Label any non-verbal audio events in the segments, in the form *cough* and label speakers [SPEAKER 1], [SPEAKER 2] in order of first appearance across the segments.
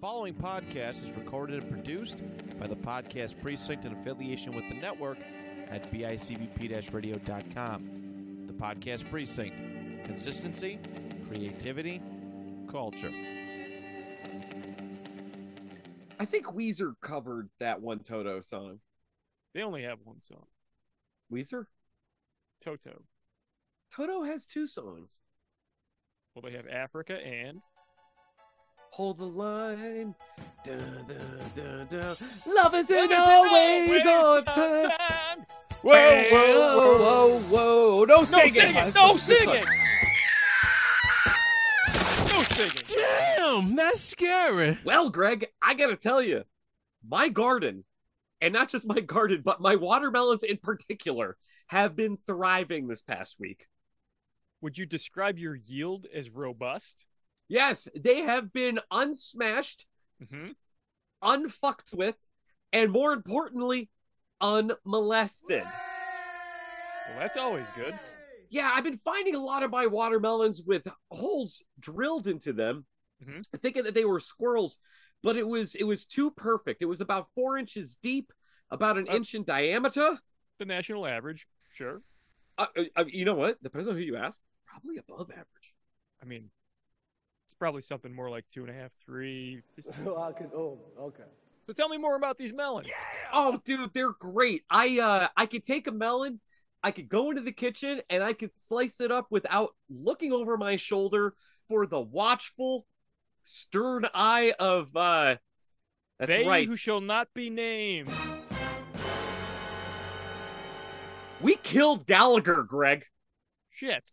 [SPEAKER 1] following podcast is recorded and produced by the Podcast Precinct in affiliation with the network at bicbp radio.com. The Podcast Precinct Consistency, Creativity, Culture.
[SPEAKER 2] I think Weezer covered that one Toto song.
[SPEAKER 3] They only have one song,
[SPEAKER 2] Weezer?
[SPEAKER 3] Toto.
[SPEAKER 2] Toto has two songs.
[SPEAKER 3] Well, they have Africa and
[SPEAKER 2] Hold the line. Dun, dun, dun, dun. Love isn't always on time.
[SPEAKER 3] Whoa, whoa, whoa!
[SPEAKER 2] whoa, whoa, whoa. No
[SPEAKER 3] No
[SPEAKER 2] singing.
[SPEAKER 3] singing! No singing! No singing!
[SPEAKER 4] Damn, that's scary.
[SPEAKER 2] Well, Greg, I gotta tell you, my garden, and not just my garden, but my watermelons in particular, have been thriving this past week.
[SPEAKER 3] Would you describe your yield as robust?
[SPEAKER 2] Yes, they have been unsmashed,
[SPEAKER 3] Mm-hmm.
[SPEAKER 2] unfucked with, and more importantly, unmolested.
[SPEAKER 3] Well, that's always good.
[SPEAKER 2] Yeah, I've been finding a lot of my watermelons with holes drilled into them,
[SPEAKER 3] Mhm.
[SPEAKER 2] thinking that they were squirrels, but it was it was too perfect. It was about four inches deep, about an
[SPEAKER 3] Uh,
[SPEAKER 2] inch in diameter.
[SPEAKER 3] The national average, sure.
[SPEAKER 2] Uh, uh, uh, you know what? Depends on who you ask. Probably above average.
[SPEAKER 3] I mean, it's probably something more like two and a half, three.
[SPEAKER 5] *laughs*
[SPEAKER 3] So
[SPEAKER 5] I can. Oh, okay.
[SPEAKER 3] tell me more about these melons.
[SPEAKER 2] Oh, dude, they're great. I uh, I could take a melon, I could go into the kitchen, and I could slice it up without looking over my shoulder for the watchful, stern eye of. uh That's
[SPEAKER 3] they
[SPEAKER 2] right.
[SPEAKER 3] who shall not be named.
[SPEAKER 2] We killed Gallagher, Greg.
[SPEAKER 3] Shit.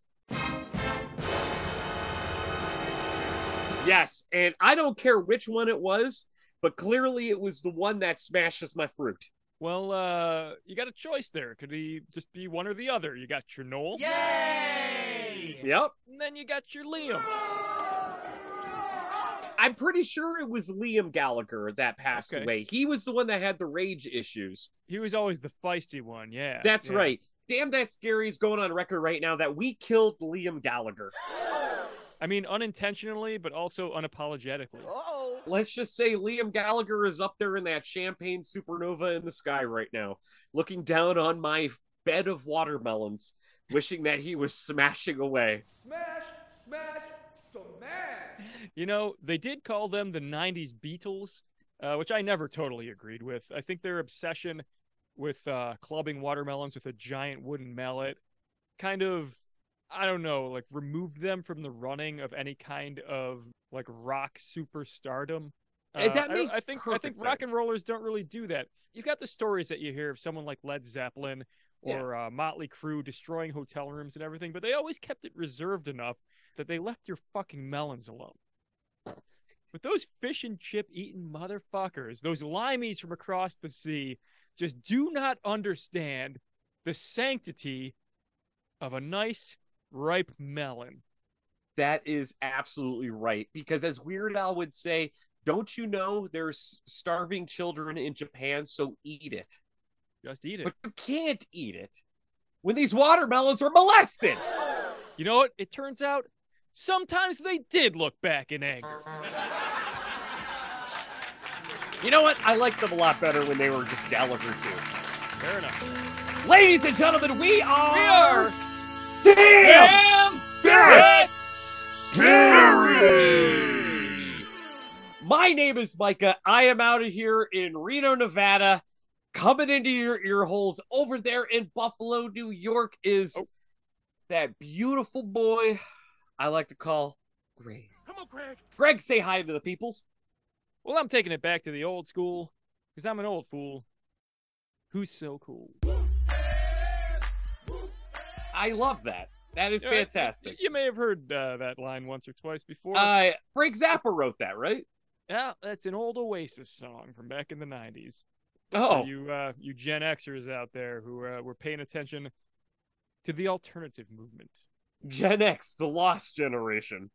[SPEAKER 2] Yes, and I don't care which one it was, but clearly it was the one that smashes my fruit.
[SPEAKER 3] Well, uh, you got a choice there. Could he just be one or the other? You got your Noel,
[SPEAKER 2] Yep.
[SPEAKER 3] and then you got your Liam.
[SPEAKER 2] I'm pretty sure it was Liam Gallagher that passed
[SPEAKER 3] Okay.
[SPEAKER 2] away. He was the one that had the rage issues.
[SPEAKER 3] He was always the feisty one. Yeah.
[SPEAKER 2] That's
[SPEAKER 3] yeah.
[SPEAKER 2] right. Damn, that scary is going on record right now that we killed Liam Gallagher.
[SPEAKER 3] I mean, unintentionally, but also unapologetically.
[SPEAKER 2] Let's just say Liam Gallagher is up there in that champagne supernova in the sky right now, looking down on my bed of watermelons, wishing that he was smashing away.
[SPEAKER 5] Smash, smash, smash.
[SPEAKER 3] You know, they did call them the 90s Beatles, uh, which I never totally agreed with. I think their obsession with uh, clubbing watermelons with a giant wooden mallet kind of, I don't know, like removed them from the running of any kind of like rock superstardom. Uh,
[SPEAKER 2] Eh, that
[SPEAKER 3] I don't-
[SPEAKER 2] makes
[SPEAKER 3] I, think I think
[SPEAKER 2] perfect
[SPEAKER 3] rock and
[SPEAKER 2] sense.
[SPEAKER 3] rollers don't really do that. You've got the stories that you hear of someone like Led Zeppelin
[SPEAKER 2] Yeah.
[SPEAKER 3] or uh, Motley Crue destroying hotel rooms and everything, but they always kept it reserved enough that they left your fucking melons alone. But those fish and chip eating motherfuckers, those limeys from across the sea, just do not understand the sanctity of a nice ripe melon.
[SPEAKER 2] That is absolutely right. Because as Weird Al would say, don't you know there's starving children in Japan, so eat it.
[SPEAKER 3] Just eat it.
[SPEAKER 2] But you can't eat it when these watermelons are molested.
[SPEAKER 3] You know what? It turns out sometimes they did look back in anger.
[SPEAKER 2] You know what? I liked them a lot better when they were just Gallagher too.
[SPEAKER 3] Fair enough.
[SPEAKER 2] Ladies and gentlemen, we are,
[SPEAKER 3] We are
[SPEAKER 2] damn,
[SPEAKER 3] Damn
[SPEAKER 2] That's
[SPEAKER 3] scary.
[SPEAKER 2] My name is Micah. I am out of here in Reno, Nevada. Coming into your ear holes over there in Buffalo, New York is
[SPEAKER 3] Oh.
[SPEAKER 2] that beautiful boy I like to call Greg.
[SPEAKER 3] Come on, Greg.
[SPEAKER 2] Greg, say hi to the peoples.
[SPEAKER 3] Well, I'm taking it back to the old school because I'm an old fool who's so cool.
[SPEAKER 2] I love that. That is
[SPEAKER 3] Yeah, y-
[SPEAKER 2] fantastic.
[SPEAKER 3] You may have heard uh, that line once or twice before.
[SPEAKER 2] Uh, Frank Zappa wrote that, right?
[SPEAKER 3] yeah, that's an old Oasis song from back in the '90s.
[SPEAKER 2] Oh,
[SPEAKER 3] For you uh, you Gen Xers out there who uh, were paying attention to the alternative movement.
[SPEAKER 2] Gen X, the lost generation.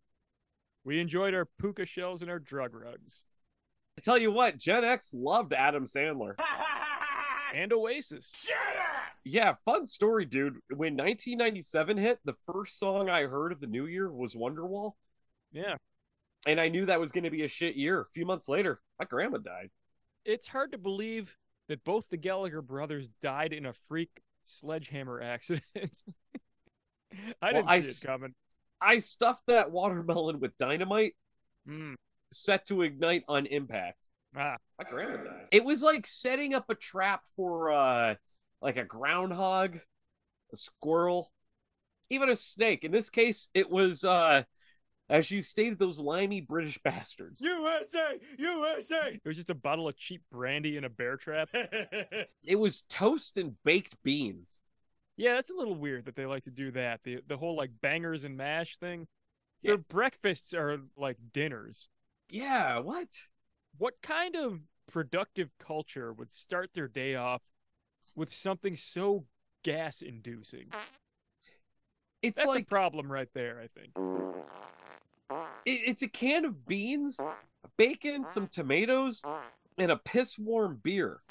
[SPEAKER 3] We enjoyed our puka shells and our drug rugs
[SPEAKER 2] I tell you what, Gen X loved Adam Sandler.
[SPEAKER 3] and Oasis.
[SPEAKER 2] Yeah, fun story, dude. When 1997 hit, the first song I heard of the new year was Wonderwall.
[SPEAKER 3] Yeah,
[SPEAKER 2] And I knew that was going to be a shit year. A few months later, my grandma died.
[SPEAKER 3] It's hard to believe that both the Gallagher brothers died in a freak sledgehammer accident. *laughs* I
[SPEAKER 2] Well,
[SPEAKER 3] didn't
[SPEAKER 2] I
[SPEAKER 3] see
[SPEAKER 2] s-
[SPEAKER 3] it coming.
[SPEAKER 2] I stuffed that watermelon with dynamite
[SPEAKER 3] Mm,
[SPEAKER 2] set to ignite on impact.
[SPEAKER 3] ah,
[SPEAKER 2] My grandma died. It was like setting up a trap for uh like a groundhog, a squirrel, even a snake. In this case, it was uh as you stated, those limey British *laughs* bastards.
[SPEAKER 5] USA! USA!
[SPEAKER 3] it was just a bottle of cheap brandy and a
[SPEAKER 2] *laughs*
[SPEAKER 3] bear trap.
[SPEAKER 2] It was toast and baked beans.
[SPEAKER 3] Yeah, that's a little weird that they like to do that. The the whole like bangers and mash thing.
[SPEAKER 2] Yeah.
[SPEAKER 3] Their breakfasts are like dinners.
[SPEAKER 2] Yeah, what?
[SPEAKER 3] What kind of productive culture would start their day off with something so gas inducing?
[SPEAKER 2] It's
[SPEAKER 3] That's
[SPEAKER 2] like
[SPEAKER 3] a problem right there, I think.
[SPEAKER 2] it, it's a can of beans, bacon, some tomatoes, and a piss warm beer.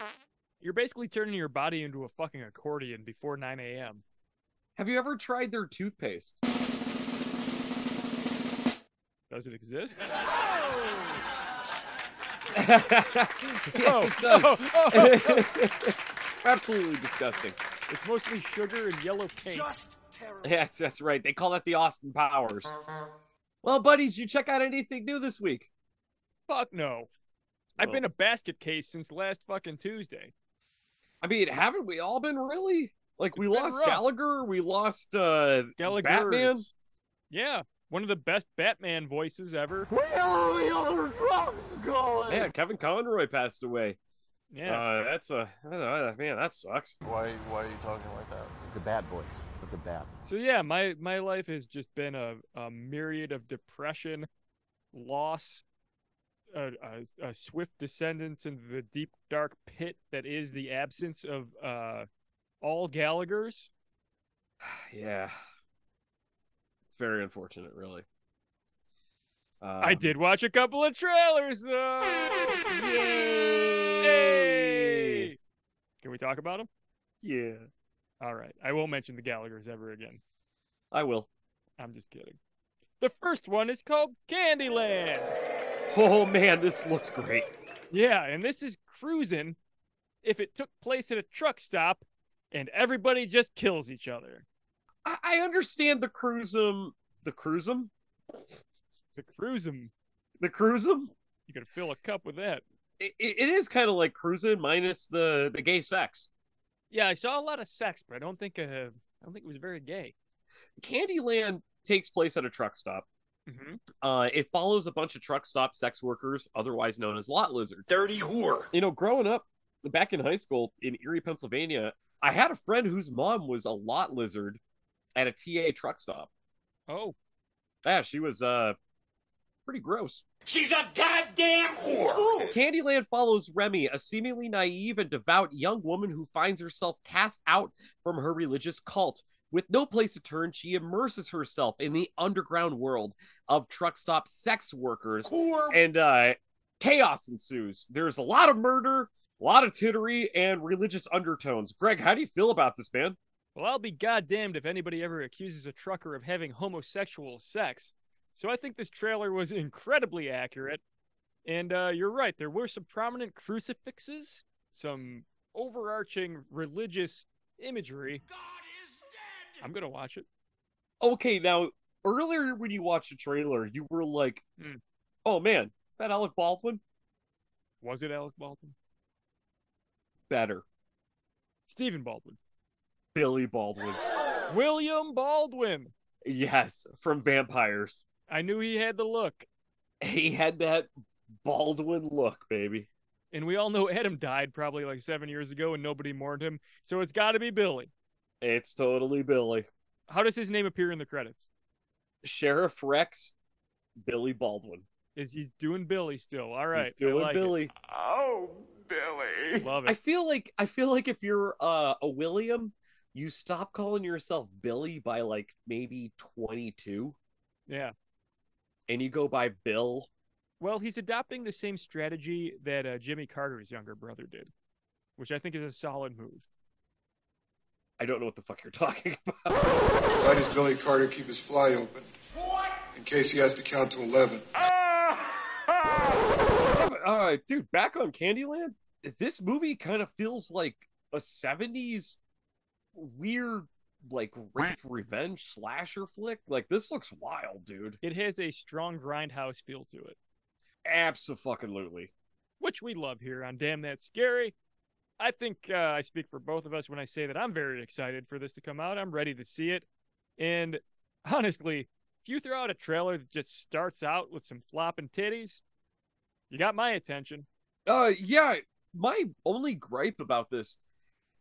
[SPEAKER 3] You're basically turning your body into a fucking accordion before 9 a.m.
[SPEAKER 2] Have you ever tried their toothpaste? *laughs*
[SPEAKER 3] Does
[SPEAKER 2] *laughs*
[SPEAKER 3] it exist?
[SPEAKER 2] yes, it
[SPEAKER 3] Oh,
[SPEAKER 2] does.
[SPEAKER 3] oh, oh, oh,
[SPEAKER 2] *laughs*
[SPEAKER 3] oh. *laughs*
[SPEAKER 2] Absolutely disgusting.
[SPEAKER 3] it's mostly sugar and yellow paint.
[SPEAKER 2] Yes, that's right. They call that the Austin Powers. Well, buddy, did you check out anything new this week?
[SPEAKER 3] Fuck no. I've
[SPEAKER 2] Oh.
[SPEAKER 3] been a basket case since last fucking Tuesday.
[SPEAKER 2] I mean, haven't we all been really? Like we
[SPEAKER 3] It's been
[SPEAKER 2] lost
[SPEAKER 3] rough.
[SPEAKER 2] Gallagher, we lost uh
[SPEAKER 3] Gallagher
[SPEAKER 2] Batman.
[SPEAKER 3] is- Yeah, one of the best Batman voices ever.
[SPEAKER 5] Where are the other drugs going?
[SPEAKER 2] Yeah, Kevin Conroy passed away.
[SPEAKER 3] Yeah,
[SPEAKER 2] Uh, that's a uh, man, that sucks. *sighs*
[SPEAKER 6] Why, why are you talking like that? It's a bad voice. It's a bad.
[SPEAKER 3] So yeah, my my life has just been a, a myriad of depression, loss, a, a, a swift descendance into the deep dark pit that is the absence of uh, all Gallagher's.
[SPEAKER 2] Yeah. It's very unfortunate, really. Uh,
[SPEAKER 3] I did watch a couple of trailers though. Hey! Can we talk about them?
[SPEAKER 2] Yeah.
[SPEAKER 3] All right, I won't mention the Gallagher's ever again.
[SPEAKER 2] I will.
[SPEAKER 3] I'm just kidding. The first one is called Candyland.
[SPEAKER 2] Oh man, this looks great.
[SPEAKER 3] Yeah, and this is cruising if it took place at a truck stop and everybody just kills each other.
[SPEAKER 2] I, I understand the cruisum, the cruisum,
[SPEAKER 3] The cruising,
[SPEAKER 2] the cruisum.
[SPEAKER 3] you could fill a cup with that.
[SPEAKER 2] It, it it is kind of like cruising minus the the gay sex.
[SPEAKER 3] Yeah, I saw a lot of sex, but I don't think uh, I don't think it was very gay.
[SPEAKER 2] Candyland takes place at a truck stop.
[SPEAKER 3] Mm-hmm.
[SPEAKER 2] Uh, it follows a bunch of truck stop sex workers, otherwise known as lot lizards.
[SPEAKER 5] Dirty whore.
[SPEAKER 2] You know, growing up back in high school in Erie, Pennsylvania, I had a friend whose mom was a lot lizard at a TA truck stop.
[SPEAKER 3] Oh,
[SPEAKER 2] Yeah, she was uh pretty gross.
[SPEAKER 5] She's a goddamn whore.
[SPEAKER 2] Candyland follows Remy, a seemingly naive and devout young woman who finds herself cast out from her religious cult. With no place to turn, she immerses herself in the underground world of truck stop sex workers,
[SPEAKER 5] Whore.
[SPEAKER 2] and uh, chaos ensues. There's a lot of murder, a lot of tittery, and religious undertones. Greg, how do you feel about this, man?
[SPEAKER 3] well, I'll be goddamned if anybody ever accuses a trucker of having homosexual sex. So I think this trailer was incredibly accurate. And uh, you're right, there were some prominent crucifixes, some overarching religious imagery.
[SPEAKER 5] God is dead.
[SPEAKER 3] I'm gonna watch it.
[SPEAKER 2] Okay, now earlier when you watched the trailer, you were like,
[SPEAKER 3] Hmm.
[SPEAKER 2] "Oh man, is that Alec Baldwin?"
[SPEAKER 3] Was it Alec Baldwin?
[SPEAKER 2] Better,
[SPEAKER 3] Stephen Baldwin.
[SPEAKER 2] Billy Baldwin.
[SPEAKER 3] William Baldwin.
[SPEAKER 2] Yes, from vampires.
[SPEAKER 3] I knew he had the look.
[SPEAKER 2] He had that Baldwin look, baby.
[SPEAKER 3] And we all know *laughs* Adam died probably like seven years ago and nobody mourned him. So it's gotta be Billy.
[SPEAKER 2] It's totally Billy.
[SPEAKER 3] How does his name appear in the credits?
[SPEAKER 2] Sheriff Rex, Billy Baldwin.
[SPEAKER 3] Is he's doing Billy still. All
[SPEAKER 2] He's
[SPEAKER 3] right.
[SPEAKER 2] doing
[SPEAKER 3] I like it.
[SPEAKER 2] Billy.
[SPEAKER 5] Oh, Billy.
[SPEAKER 3] Love
[SPEAKER 2] I
[SPEAKER 3] it.
[SPEAKER 2] feel like I feel like if you're uh, a William, you stop calling yourself Billy by like maybe 22
[SPEAKER 3] Yeah.
[SPEAKER 2] and you go by Bill.
[SPEAKER 3] Well, he's adopting the same strategy that uh, Jimmy Carter's younger brother did, which I think is a solid move.
[SPEAKER 2] I don't know what the fuck you're *laughs* talking about.
[SPEAKER 7] Why does Billy Carter keep his fly open? In case he has to count to 11.
[SPEAKER 5] Oh,
[SPEAKER 2] uh, dude, back on Candyland, this movie kind of feels like a '70s weird, like rape revenge slasher flick. Like this looks wild, dude.
[SPEAKER 3] It has a strong grindhouse feel to it,
[SPEAKER 2] Absolutely.
[SPEAKER 3] which we love here on Damn That Scary. I think uh, I speak for both of us when I say that I'm very excited for this to come out. I'm ready to see it. And honestly, if you throw out a trailer that just starts out with some flopping titties, you got my attention.
[SPEAKER 2] Uh, yeah. My only gripe about this,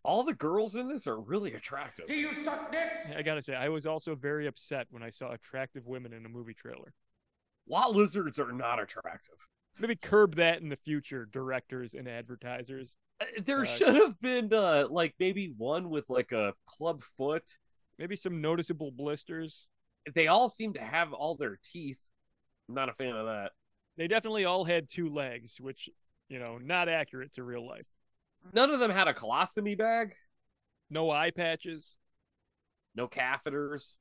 [SPEAKER 2] all the girls in this are really attractive.
[SPEAKER 3] I gotta say, I was also very upset when I saw attractive women in a movie trailer.
[SPEAKER 2] Lot lizards are not attractive.
[SPEAKER 3] Maybe curb that in the future, directors and advertisers.
[SPEAKER 2] Uh, There
[SPEAKER 3] Uh,
[SPEAKER 2] should have been uh like maybe one with like a club foot.
[SPEAKER 3] Maybe some noticeable blisters.
[SPEAKER 2] They all seem to have all their teeth. I'm not a fan of that.
[SPEAKER 3] They definitely all had two legs, which, you know, not accurate to real life.
[SPEAKER 2] None of them had a colostomy bag,
[SPEAKER 3] No eye patches.
[SPEAKER 2] no catheters.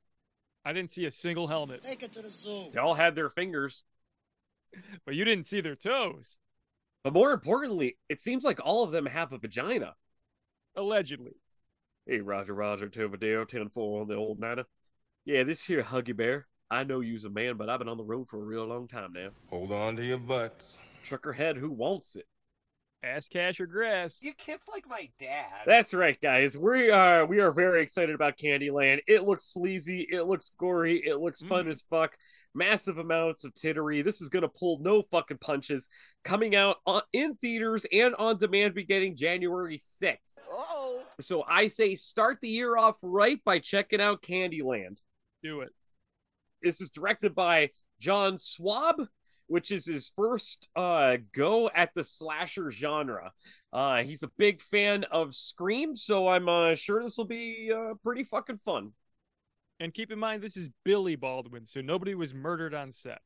[SPEAKER 3] I didn't see a single helmet,
[SPEAKER 7] Take it to the zoo.
[SPEAKER 2] They all had their fingers.
[SPEAKER 3] but you didn't see their toes,
[SPEAKER 2] But more importantly, it seems like all of them have a vagina.
[SPEAKER 3] allegedly.
[SPEAKER 2] Hey, Roger, Roger, Tovadero, 10 4 on the old niner. Yeah, this here Huggy Bear. I know you's a man, but I've been on the road for a real long time now.
[SPEAKER 8] Hold on to your butts.
[SPEAKER 2] Trucker head, who wants it?
[SPEAKER 3] Ass cash or grass.
[SPEAKER 9] You kiss like my dad.
[SPEAKER 2] That's right, guys. We are we are very excited about Candyland. It looks sleazy, it looks gory, it looks fun
[SPEAKER 3] Mm.
[SPEAKER 2] as fuck. Massive amounts of tittery. This is gonna pull no fucking punches. Coming out on, in theaters and on demand beginning January sixth.
[SPEAKER 9] oh.
[SPEAKER 2] So I say start the year off right by checking out Candyland.
[SPEAKER 3] Do it.
[SPEAKER 2] This is directed by John Swab, which is his first uh, go at the slasher genre. Uh, he's a big fan of Scream, so I'm uh, sure this will be uh, pretty fucking fun.
[SPEAKER 3] And keep in mind, this is Billy Baldwin, so nobody was murdered on set.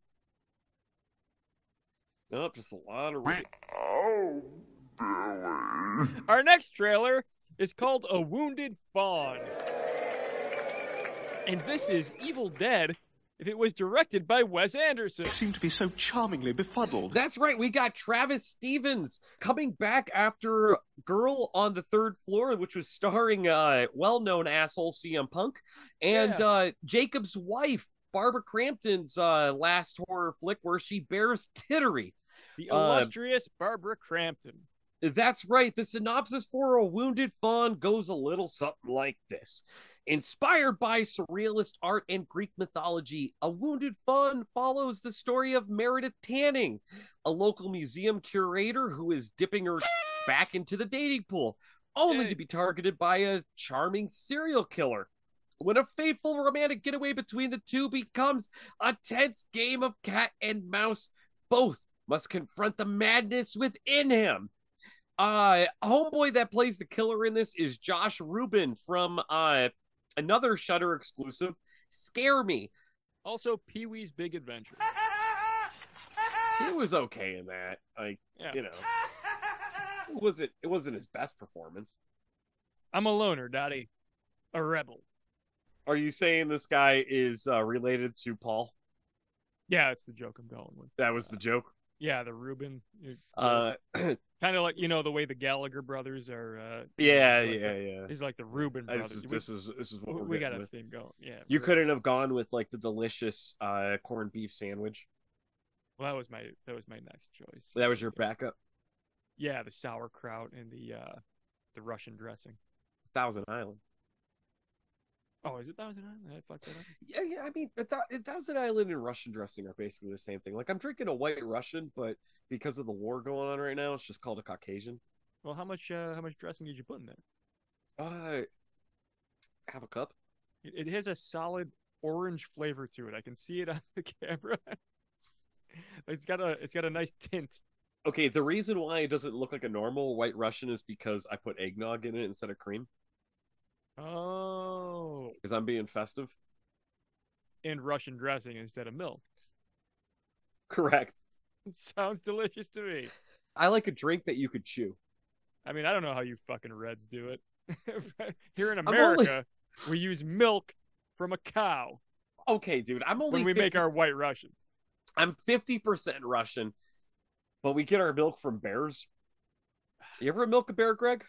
[SPEAKER 2] Nope, just a lot of rape.
[SPEAKER 5] Oh, Billy.
[SPEAKER 3] Our next trailer is called A Wounded Fawn. And this is Evil Dead if it was directed by Wes Anderson.
[SPEAKER 5] seem to be so charmingly befuddled.
[SPEAKER 2] That's right, we got Travis Stevens coming back after Girl on the Third Floor, which was starring uh, well-known asshole CM Punk and
[SPEAKER 3] Yeah.
[SPEAKER 2] uh, Jacob's wife. Barbara Crampton's uh, last horror flick where she bears tittery.
[SPEAKER 3] The
[SPEAKER 2] Uh,
[SPEAKER 3] illustrious Barbara Crampton.
[SPEAKER 2] That's right. The synopsis for A Wounded Fawn goes a little something like this. Inspired by surrealist art and Greek mythology, A Wounded Fawn follows the story of Meredith Tanning, a local museum curator who is dipping her back into the dating pool, only
[SPEAKER 3] Yay.
[SPEAKER 2] to be targeted by a charming serial killer. When a fateful romantic getaway between the two becomes a tense game of cat and mouse, both must confront the madness within him. Uh, homeboy that plays the killer in this is Josh Rubin from uh another Shutter exclusive, Scare Me.
[SPEAKER 3] Also, Pee Wee's Big Adventure.
[SPEAKER 2] He *laughs* was okay in that. Like
[SPEAKER 3] Yeah.
[SPEAKER 2] you know, it wasn't it wasn't his best performance.
[SPEAKER 3] I'm a loner, Dottie. A rebel.
[SPEAKER 2] Are you saying this guy is uh, related to Paul?
[SPEAKER 3] Yeah, that's the joke I'm going with.
[SPEAKER 2] That was the joke.
[SPEAKER 3] Yeah, the Reuben.
[SPEAKER 2] Uh,
[SPEAKER 3] kind of like, you know, the way the Gallagher brothers are. Uh,
[SPEAKER 2] yeah,
[SPEAKER 3] he's
[SPEAKER 2] yeah,
[SPEAKER 3] like
[SPEAKER 2] yeah.
[SPEAKER 3] the- He's like the Reuben
[SPEAKER 2] Uh,
[SPEAKER 3] brothers.
[SPEAKER 2] This is
[SPEAKER 3] we
[SPEAKER 2] this is this is what
[SPEAKER 3] we-
[SPEAKER 2] we're
[SPEAKER 3] we got
[SPEAKER 2] getting
[SPEAKER 3] a
[SPEAKER 2] with.
[SPEAKER 3] theme going. Yeah.
[SPEAKER 2] You
[SPEAKER 3] we're-
[SPEAKER 2] couldn't have gone with like the delicious uh corned beef sandwich.
[SPEAKER 3] Well, that was my that was my next choice.
[SPEAKER 2] That was your backup.
[SPEAKER 3] Yeah, the sauerkraut and the uh the Russian dressing.
[SPEAKER 2] Thousand Island.
[SPEAKER 3] Oh, is it Thousand Island? Did I fuck that up?
[SPEAKER 2] Yeah, yeah. I mean, a thou- a Thousand Island and Russian dressing are basically the same thing. Like, I'm drinking a white Russian, but because of the war going on right now, it's just called a Caucasian.
[SPEAKER 3] Well, how much uh, how much dressing did you put in there?
[SPEAKER 2] Uh, have a cup.
[SPEAKER 3] It, it has a solid orange flavor to it. I can see it on *laughs* the camera. it's got a it's got a nice tint.
[SPEAKER 2] Okay, the reason why it doesn't look like a normal white Russian is because I put eggnog in it instead of cream
[SPEAKER 3] Oh,
[SPEAKER 2] because I'm being festive. *laughs*
[SPEAKER 3] and Russian dressing instead of milk. *laughs*
[SPEAKER 2] Correct.
[SPEAKER 3] Sounds delicious to me.
[SPEAKER 2] I like a drink that you could chew.
[SPEAKER 3] I mean, I don't know how you fucking Reds do it. *laughs* But Here in
[SPEAKER 2] I'm only-
[SPEAKER 3] America, we use milk from a cow
[SPEAKER 2] Okay, dude, I'm only
[SPEAKER 3] when we make
[SPEAKER 2] 50
[SPEAKER 3] our white Russians.
[SPEAKER 2] I'm 50% Russian. but we get our milk from bears. You ever milk a bear, Greg?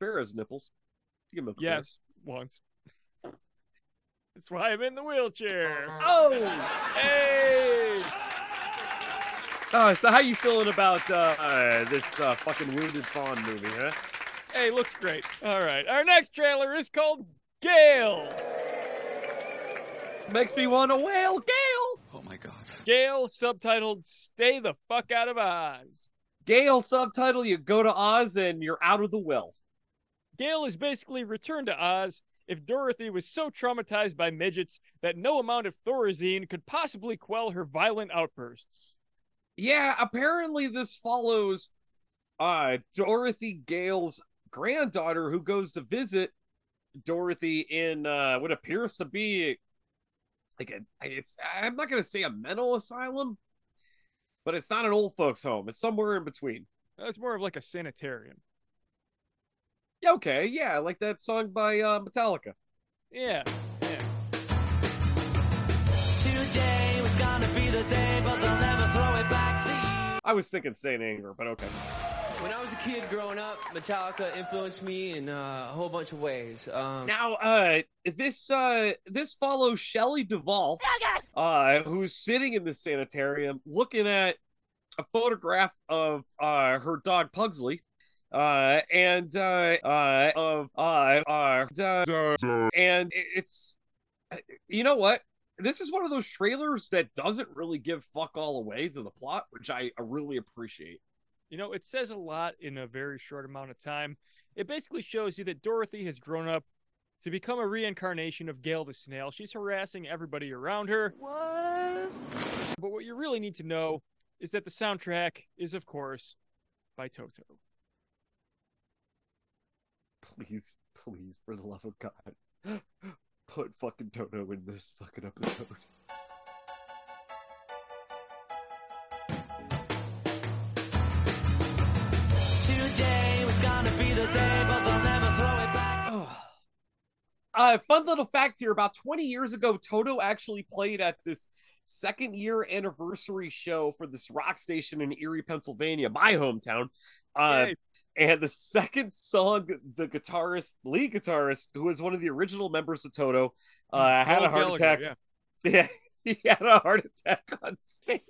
[SPEAKER 2] Bear has nipples. You can milk. a bear.
[SPEAKER 3] Yes, once. That's why I'm in the wheelchair.
[SPEAKER 2] Oh.
[SPEAKER 3] Hey!
[SPEAKER 2] Oh, so how you feeling about uh, uh, this uh, fucking wounded fawn movie, huh?
[SPEAKER 3] Hey, looks great. All right. Our next trailer is called Gale.
[SPEAKER 2] Makes me want to wail, Gale.
[SPEAKER 5] Oh
[SPEAKER 10] *laughs*
[SPEAKER 5] my god.
[SPEAKER 3] Gale, subtitled Stay the Fuck Out of Oz.
[SPEAKER 2] Gale subtitle: You go to Oz and you're out of the well.
[SPEAKER 3] Gale is basically returned to Oz if Dorothy was so traumatized by midgets that no amount of Thorazine could possibly quell her violent outbursts.
[SPEAKER 2] Yeah, apparently this follows uh Dorothy Gale's granddaughter who goes to visit Dorothy in uh what appears to be like a it's I'm not gonna say a mental asylum, but it's not an old folks home. It's somewhere in between.
[SPEAKER 3] That's more of like a sanitarium.
[SPEAKER 2] Okay, yeah, like that song by uh, Metallica.
[SPEAKER 3] Yeah. yeah.
[SPEAKER 2] I was thinking Saint Anger, but okay.
[SPEAKER 7] When I was a kid growing up, Metallica influenced me in uh, a whole bunch of ways. Um,
[SPEAKER 2] Now, uh, this uh, this follows Shelley Duvall, uh, who's sitting in the sanitarium looking at a photograph of uh, her dog Pugsley, uh, and uh, uh, of uh, uh, duh, and it- it's you know what. This is one of those trailers that doesn't really give fuck all away to the plot, which I I really appreciate.
[SPEAKER 3] You know, it says a lot in a very short amount of time. It basically shows you that Dorothy has grown up to become a reincarnation of Gale the Snail. She's harassing everybody around her. But what you really need to know is that the soundtrack is, of course, by Toto.
[SPEAKER 2] please, please, for the love of God, *gasps* put fucking Toto in this fucking episode. *sighs* Uh, fun little fact here about 20 years ago, Toto actually played at this second year anniversary show for this rock station in Erie, Pennsylvania, my hometown. Uh,
[SPEAKER 3] Yay.
[SPEAKER 2] and the second song, the guitarist, lead guitarist, who was one of the original members of Toto, uh, had a
[SPEAKER 3] Noel
[SPEAKER 2] heart
[SPEAKER 3] Mm, Gallagher,
[SPEAKER 2] attack. *laughs*
[SPEAKER 3] yeah.
[SPEAKER 2] Yeah, he had a heart attack on stage.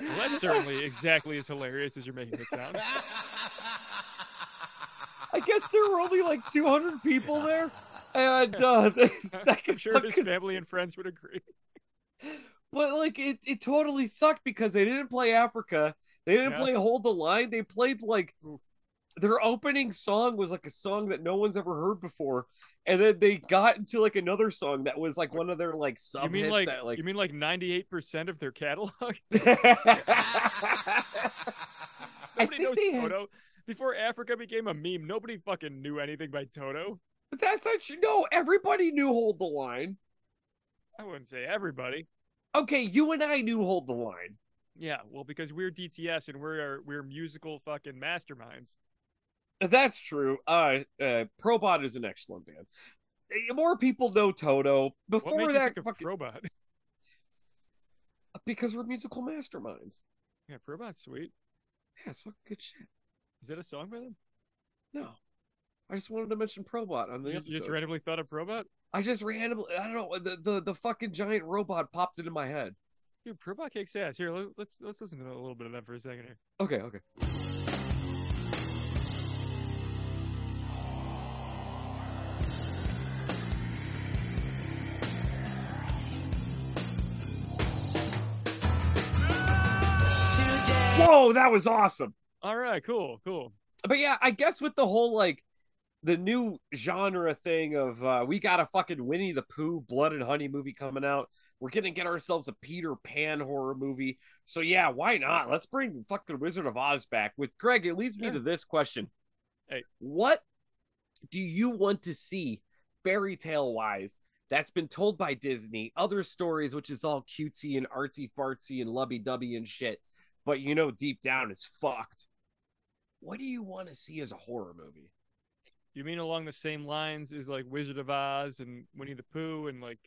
[SPEAKER 3] Well, that's certainly exactly as hilarious as you're making it sound.
[SPEAKER 2] *laughs* I guess there were only like 200 people there, and uh, *laughs* the
[SPEAKER 3] *laughs* I'm
[SPEAKER 2] second
[SPEAKER 3] sure his
[SPEAKER 2] fucking
[SPEAKER 3] family and friends would agree.
[SPEAKER 2] But like it, it totally sucked because they didn't play Africa. They didn't
[SPEAKER 3] Yeah.
[SPEAKER 2] play Hold the Line. They played like their opening song was like a song that no one's ever heard before. And then they got into like another song that was like one of their like sub
[SPEAKER 3] You mean
[SPEAKER 2] hits
[SPEAKER 3] like,
[SPEAKER 2] that *laughs*
[SPEAKER 3] you mean like 98% of their catalog? *laughs*
[SPEAKER 2] like
[SPEAKER 3] Nobody
[SPEAKER 2] think
[SPEAKER 3] knows
[SPEAKER 2] they had-
[SPEAKER 3] Toto. Before Africa became a meme, nobody fucking knew anything by Toto.
[SPEAKER 2] But that's not true. No, everybody knew Hold the Line.
[SPEAKER 3] I wouldn't say everybody.
[SPEAKER 2] Okay, you and I knew Hold the Line.
[SPEAKER 3] Yeah, well, because we're DTS and we're we're musical fucking masterminds.
[SPEAKER 2] That's true. Uh, uh Probot is an excellent band. Eh, More people know Toto.
[SPEAKER 3] What
[SPEAKER 2] Before
[SPEAKER 3] made
[SPEAKER 2] that,
[SPEAKER 3] you think
[SPEAKER 2] fucking-
[SPEAKER 3] of Probot? *laughs*
[SPEAKER 2] because we're musical masterminds.
[SPEAKER 3] Yeah, Probot's sweet.
[SPEAKER 2] Yeah, it's fucking good shit.
[SPEAKER 3] Is that a song by them?
[SPEAKER 2] No, I just wanted to mention Probot on the
[SPEAKER 3] You,
[SPEAKER 2] episode.
[SPEAKER 3] you just randomly thought of Probot?
[SPEAKER 2] I just randomly, I don't know, the, the the fucking giant robot popped into my head.
[SPEAKER 3] Dude, Probot kicks ass. Here, let, let's let's listen to a little bit of that for a second here.
[SPEAKER 2] Okay, okay. Whoa, that was awesome.
[SPEAKER 3] All right, cool, cool.
[SPEAKER 2] But yeah, I guess with the whole like the new genre thing of uh we got a fucking Winnie the Pooh Blood and Honey movie coming out. We're gonna get ourselves a Peter Pan horror movie. So yeah, why not? Let's bring fucking Wizard of Oz back. With Greg, it leads me
[SPEAKER 3] Yeah.
[SPEAKER 2] to this question.
[SPEAKER 3] Hey.
[SPEAKER 2] What do you want to see fairy tale wise that's been told by Disney? Other stories, which is all cutesy and artsy fartsy and lubby dubby and shit, but you know deep down is fucked. What do you want to see as a horror movie?
[SPEAKER 3] You mean along the same lines as like Wizard of Oz and Winnie the Pooh and like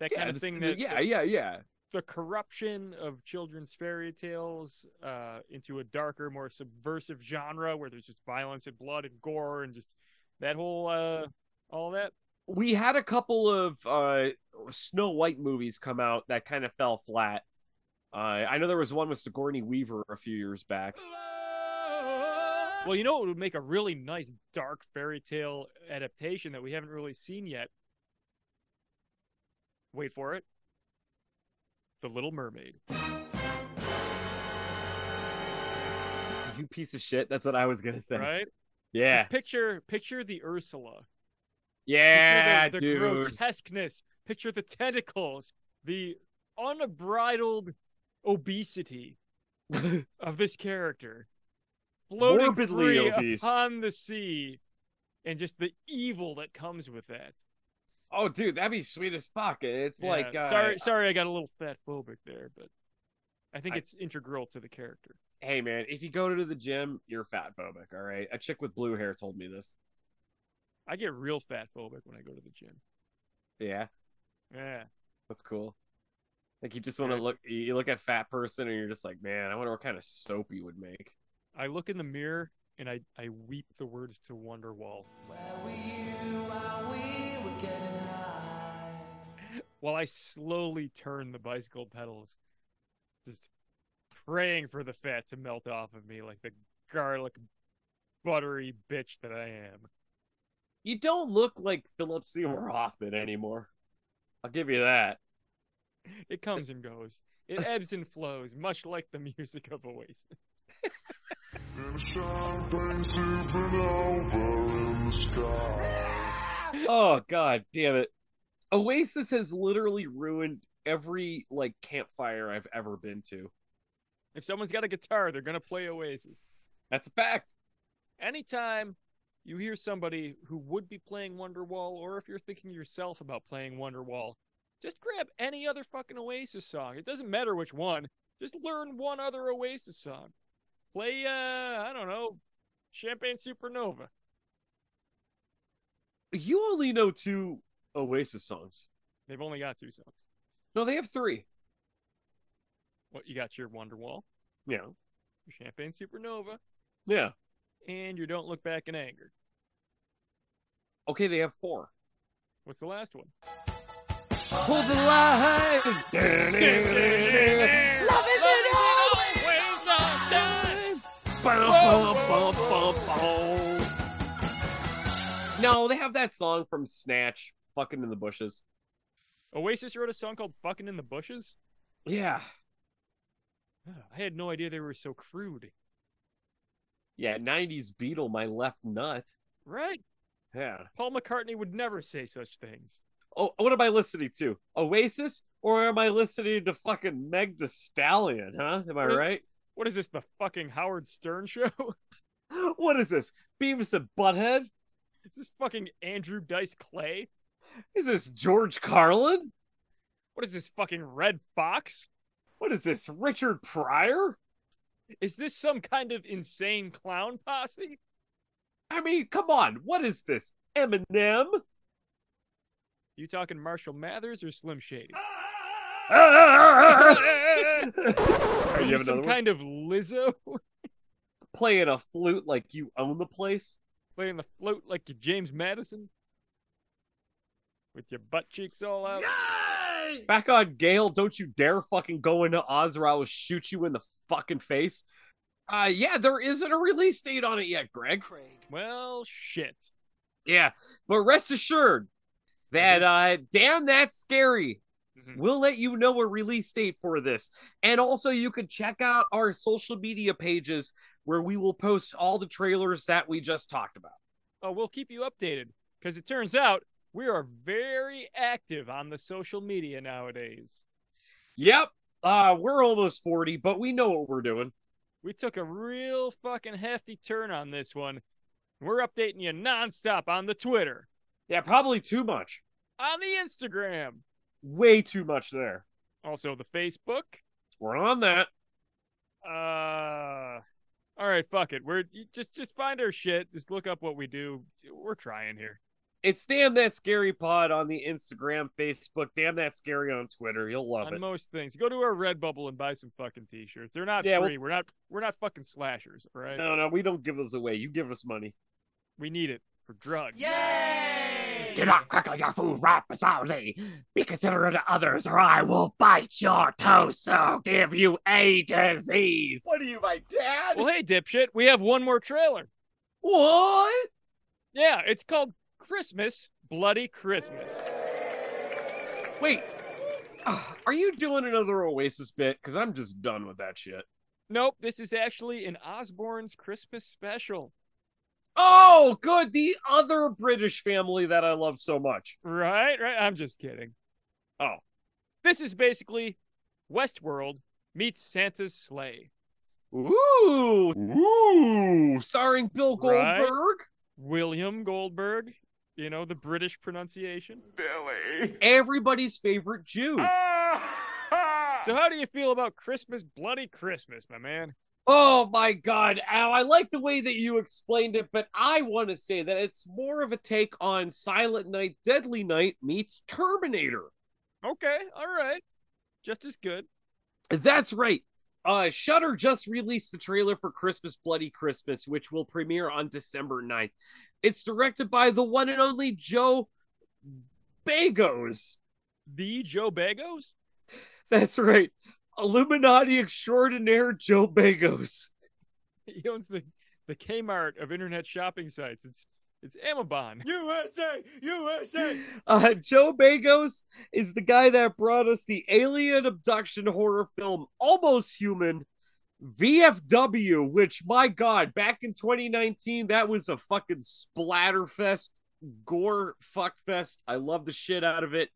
[SPEAKER 3] that kind of
[SPEAKER 2] this-
[SPEAKER 3] thing?
[SPEAKER 2] the-
[SPEAKER 3] That,
[SPEAKER 2] yeah, yeah, yeah.
[SPEAKER 3] the corruption of children's fairy tales uh, into a darker, more subversive genre where there's just violence and blood and gore and just that whole uh, all that.
[SPEAKER 2] we had a couple of uh Snow White movies come out that kind of fell flat. Uh, I know there was one with Sigourney Weaver a few years back.
[SPEAKER 3] Well, you know what would make a really nice dark fairy tale adaptation that we haven't really seen yet. Wait for it. The Little Mermaid.
[SPEAKER 2] You piece of shit. That's what I was gonna say.
[SPEAKER 3] Right?
[SPEAKER 2] Yeah,
[SPEAKER 3] Just picture picture the Ursula.
[SPEAKER 2] yeah,
[SPEAKER 3] picture the, the
[SPEAKER 2] dude.
[SPEAKER 3] grotesqueness. Picture the tentacles. The unbridled obesity
[SPEAKER 2] *laughs*
[SPEAKER 3] of this character. Floating
[SPEAKER 2] Morbidly
[SPEAKER 3] free
[SPEAKER 2] obese.
[SPEAKER 3] upon the sea. And just the evil that comes with that.
[SPEAKER 2] Oh, dude, that'd be sweet as fuck. It's
[SPEAKER 3] Yeah,
[SPEAKER 2] like uh,
[SPEAKER 3] sorry, sorry, I got a little fat phobic there, but I think
[SPEAKER 2] I-
[SPEAKER 3] it's integral to the character.
[SPEAKER 2] Hey, man, if you go to the gym, you're fat phobic. All right, a chick with blue hair told me this.
[SPEAKER 3] I get real fat phobic when I go to the gym.
[SPEAKER 2] Yeah,
[SPEAKER 3] Yeah,
[SPEAKER 2] that's cool. Like you just want to look. You look at fat person, and you're just like, man, I wonder what kind of soap you would make.
[SPEAKER 3] I look in the mirror and I I weep the words to Wonderwall while I slowly turn the bicycle pedals, just praying for the fat to melt off of me like the garlic buttery bitch that I am.
[SPEAKER 2] You don't look like Philip Seymour *laughs* Hoffman anymore. I'll give you that.
[SPEAKER 3] It comes and goes. It ebbs and flows, much like the music of Oasis.
[SPEAKER 2] Oh god damn it. Oasis has literally ruined every like campfire I've ever been to.
[SPEAKER 3] If someone's got a guitar, they're gonna play Oasis.
[SPEAKER 2] That's a fact.
[SPEAKER 3] Anytime you hear somebody who would be playing Wonderwall, or if you're thinking yourself about playing Wonderwall, just grab any other fucking Oasis song. It doesn't matter which one. Just learn one other Oasis song. Play, uh, I don't know, Champagne Supernova.
[SPEAKER 2] You only know two Oasis songs.
[SPEAKER 3] They've only got two songs.
[SPEAKER 2] No, they have three.
[SPEAKER 3] What you got? Your Wonderwall,
[SPEAKER 2] Yeah.
[SPEAKER 3] your Champagne Supernova,
[SPEAKER 2] Yeah.
[SPEAKER 3] and your Don't Look Back in Anger.
[SPEAKER 2] Okay, they have four.
[SPEAKER 3] What's the last one?
[SPEAKER 2] Hold the line.
[SPEAKER 3] Love isn't always on time. Whoa, whoa, whoa.
[SPEAKER 2] No, they have that song from Snatch, fucking in the bushes.
[SPEAKER 3] Oasis wrote a song called "Fucking in the Bushes."
[SPEAKER 2] Yeah.
[SPEAKER 3] Ugh, I had no idea they were so crude.
[SPEAKER 2] Yeah, 90s Beatle, my left nut.
[SPEAKER 3] Right?
[SPEAKER 2] Yeah.
[SPEAKER 3] Paul McCartney would never say such things.
[SPEAKER 2] Oh, what am I listening to? Oasis, or am I listening to fucking Meg the Stallion? Huh? Am I
[SPEAKER 3] Mm.
[SPEAKER 2] right?
[SPEAKER 3] What is this, the fucking Howard Stern show? *laughs*
[SPEAKER 2] What is this? Beavis and Butthead?
[SPEAKER 3] is this fucking Andrew Dice Clay?
[SPEAKER 2] Is this George Carlin?
[SPEAKER 3] What is this fucking Red Fox?
[SPEAKER 2] What is this? Richard Pryor?
[SPEAKER 3] Is this some kind of insane clown posse?
[SPEAKER 2] I mean, come on. What is this? Eminem?
[SPEAKER 3] You talking Marshall Mathers or
[SPEAKER 2] *laughs*
[SPEAKER 3] Slim Shady?
[SPEAKER 2] Are
[SPEAKER 3] Are
[SPEAKER 2] you
[SPEAKER 3] you
[SPEAKER 2] have another
[SPEAKER 3] some
[SPEAKER 2] one?
[SPEAKER 3] kind of Lizzo *laughs*
[SPEAKER 2] *laughs* Playing a flute like you own the place?
[SPEAKER 3] playing the float like you James Madison? With your butt cheeks all out?
[SPEAKER 2] Back on Gail, don't you dare fucking go into Oz or I will shoot you in the fucking face. Uh, yeah, there isn't a release date on it yet, Greg.
[SPEAKER 3] Well, shit.
[SPEAKER 2] Yeah, but rest assured that uh damn that's scary.
[SPEAKER 3] Mhm.
[SPEAKER 2] We'll let you know a release date for this. And also you can check out our social media pages where we will post all the trailers that we just talked about.
[SPEAKER 3] Oh, we'll keep you updated because it turns out we are very active on the social media nowadays.
[SPEAKER 2] Yep. Uh we're almost 40, but we know what we're doing.
[SPEAKER 3] We took a real fucking hefty turn on this one. We're updating you nonstop on the Twitter,
[SPEAKER 2] Yeah, probably too much.
[SPEAKER 3] on the Instagram,
[SPEAKER 2] Way too much there.
[SPEAKER 3] also the Facebook.
[SPEAKER 2] We're on that.
[SPEAKER 3] Uh, all right, fuck it. We're you just just find our shit. Just look up what we do. We're trying here.
[SPEAKER 2] It's damn that scary pod on the Instagram, Facebook, damn that scary on Twitter. You'll love
[SPEAKER 3] on
[SPEAKER 2] it.
[SPEAKER 3] most things. Go to our Redbubble and buy some fucking t-shirts. They're not
[SPEAKER 2] Yeah, well-
[SPEAKER 3] free. We're not we're not fucking slashers, all right?
[SPEAKER 2] No, no, we don't give us away. You give us money.
[SPEAKER 3] We need it for drugs.
[SPEAKER 9] Yay!
[SPEAKER 8] Do not crackle your food right beside me. Be considerate of others, or I will bite your toes. So give you a disease.
[SPEAKER 9] What are you, my dad?
[SPEAKER 3] Well, hey dipshit, we have one more trailer.
[SPEAKER 2] What?
[SPEAKER 3] Yeah, it's called Christmas Bloody Christmas.
[SPEAKER 2] Wait. Ah, Are you doing another Oasis bit? Because I'm just done with that shit.
[SPEAKER 3] Nope, this is actually an Osborne's Christmas special.
[SPEAKER 2] Oh, good. The other British family that I love so much.
[SPEAKER 3] Right, right. I'm just kidding.
[SPEAKER 2] Oh.
[SPEAKER 3] This is basically Westworld meets Santa's sleigh
[SPEAKER 2] Ooh. Ooh. Starring Bill
[SPEAKER 3] Right.
[SPEAKER 2] Goldberg
[SPEAKER 3] William Goldberg, you know, the British pronunciation.
[SPEAKER 5] Billy.
[SPEAKER 2] everybody's favorite Jew.
[SPEAKER 3] So, how do you feel about Christmas, bloody Christmas, my man?
[SPEAKER 2] Oh my God, Al, I like the way that you explained it, but I want to say that it's more of a take on Silent Night, Deadly Night meets Terminator.
[SPEAKER 3] Okay, all right. Just as good.
[SPEAKER 2] That's right. Uh, Shudder just released the trailer for Christmas Bloody Christmas, which will premiere on December 9th. It's directed by the one and only Joe Bagos. *laughs*
[SPEAKER 3] The Joe Bagos? *laughs*
[SPEAKER 2] That's right. Illuminati extraordinaire Joe Bagos.
[SPEAKER 3] He owns the, the Kmart of internet shopping sites. It's it's Amazon.
[SPEAKER 5] USA! USA!
[SPEAKER 2] Uh, Joe Bagos is the guy that brought us the alien abduction horror film Almost Human VFW, which, my God, back in 2019, that was a fucking splatterfest, gore fuckfest. I love the shit out of it.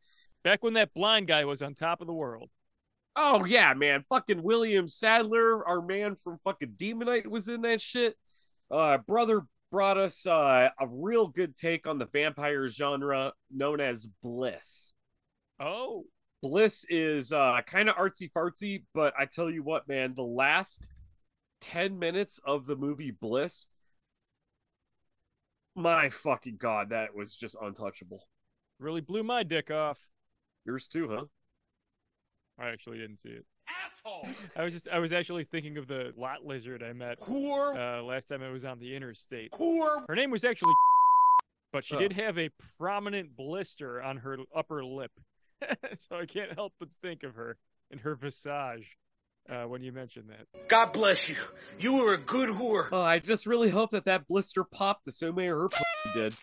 [SPEAKER 3] Back when that blind guy was on top of the world.
[SPEAKER 2] Oh, yeah, man. Fucking William Sadler, our man from fucking Demonite, was in that shit. Uh, brother brought us uh, a real good take on the vampire genre known as Bliss.
[SPEAKER 3] Oh,
[SPEAKER 2] Bliss is uh, kind of artsy fartsy, but I tell you what, man, the last 10 minutes of the movie Bliss, my fucking God, that was just untouchable.
[SPEAKER 3] really blew my dick off.
[SPEAKER 2] Yours too, huh?
[SPEAKER 3] I actually didn't see it.
[SPEAKER 9] Asshole!
[SPEAKER 3] I was just I was actually thinking of the lot lizard I met
[SPEAKER 9] Poor,
[SPEAKER 3] uh, last time I was on the interstate.
[SPEAKER 9] poor.
[SPEAKER 3] Her name was actually, *laughs* but she
[SPEAKER 2] Oh.
[SPEAKER 3] did have a prominent blister on her upper lip, *laughs* so I can't help but think of her and her visage uh, when you mentioned that.
[SPEAKER 9] God bless you. You were a good whore.
[SPEAKER 3] Uh.
[SPEAKER 2] Oh, I just really hope that that blister popped the same way her p- did.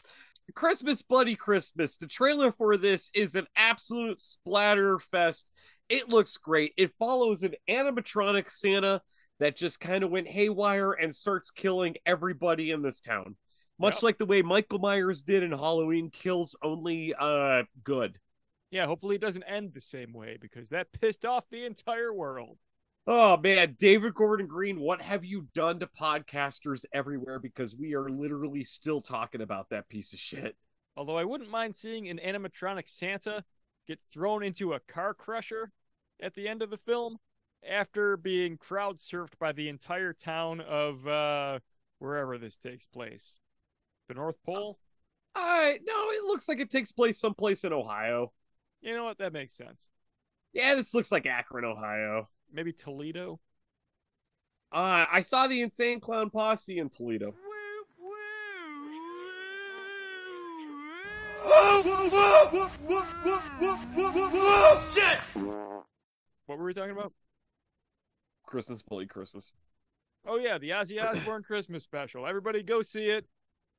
[SPEAKER 2] Christmas Bloody Christmas. The trailer for this is an absolute splatter fest. It looks great. It follows an animatronic Santa that just kind of went haywire and starts killing everybody in this town. Much
[SPEAKER 3] Yep.
[SPEAKER 2] like the way Michael Myers did in Halloween kills only uh good.
[SPEAKER 3] Yeah, hopefully it doesn't end the same way because that pissed off the entire world.
[SPEAKER 2] Oh man, David Gordon Green, what have you done to podcasters everywhere because we are literally still talking about that piece of shit.
[SPEAKER 3] Although I wouldn't mind seeing an animatronic Santa get thrown into a car crusher at the end of the film after being crowd surfed by the entire town of uh, wherever this takes place. The North Pole?
[SPEAKER 2] Uh, no, it looks like it takes place someplace in Ohio.
[SPEAKER 3] You know what? That makes sense.
[SPEAKER 2] Yeah, this looks like Akron, Ohio.
[SPEAKER 3] Maybe Toledo?
[SPEAKER 2] Uh, I saw the Insane Clown Posse in Toledo.
[SPEAKER 3] What were we talking about?
[SPEAKER 2] Christmas, Bloody Christmas.
[SPEAKER 3] Oh, yeah, the Ozzy Osbourne Christmas special. Everybody go see it.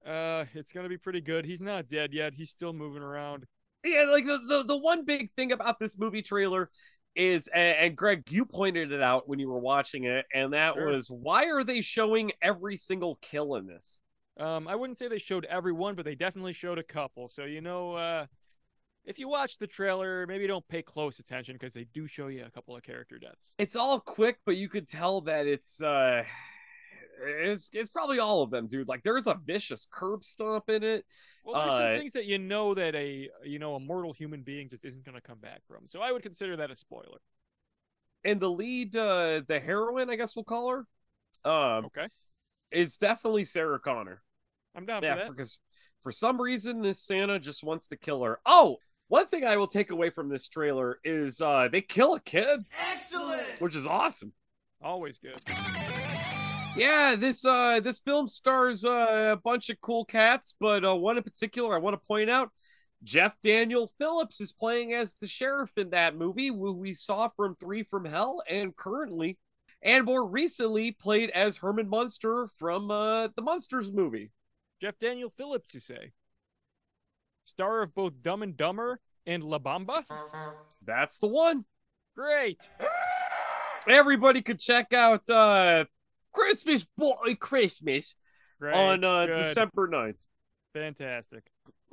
[SPEAKER 3] Uh, it's going to be pretty good. He's not dead yet. He's still moving around.
[SPEAKER 2] Yeah, like the, the, the one big thing about this movie trailer is, and, and Greg, you pointed it out when you were watching it, and that
[SPEAKER 3] Sure.
[SPEAKER 2] was why are they showing every single kill in this?
[SPEAKER 3] Um, I wouldn't say they showed everyone, but they definitely showed a couple. So you know, uh, if you watch the trailer, maybe don't pay close attention because they do show you a couple of character deaths.
[SPEAKER 2] It's all quick, but you could tell that it's uh, *sighs* it's it's probably all of them, dude. Like there's a vicious curb stomp in it.
[SPEAKER 3] Well, there's some
[SPEAKER 2] Uh,
[SPEAKER 3] things that you know that a you know a mortal human being just isn't going to come back from. So I would consider that a spoiler.
[SPEAKER 2] and the lead uh the heroine i guess we'll call her um
[SPEAKER 3] Okay,
[SPEAKER 2] is definitely sarah connor
[SPEAKER 3] I'm down
[SPEAKER 2] yeah
[SPEAKER 3] for that.
[SPEAKER 2] because For some reason, this Santa just wants to kill her. Oh, one thing I will take away from this trailer is uh, they kill a kid,
[SPEAKER 9] Excellent!
[SPEAKER 2] which is awesome.
[SPEAKER 3] Always good.
[SPEAKER 2] Yeah, this uh this film stars uh, a bunch of cool cats, but uh, one in particular I want to point out. Jeff Daniel Phillips is playing as the sheriff in that movie, who we saw from Three from Hell, and currently, and more recently, played as Herman Munster from uh, the Monsters movie.
[SPEAKER 3] Jeff Daniel Phillips, you say? Star of both Dumb and Dumber and La Bamba?
[SPEAKER 2] That's the one.
[SPEAKER 3] Great.
[SPEAKER 2] Everybody could check out uh, Christmas Boy Christmas
[SPEAKER 3] Great.
[SPEAKER 2] on uh,
[SPEAKER 3] Good.
[SPEAKER 2] December 9th.
[SPEAKER 3] Fantastic.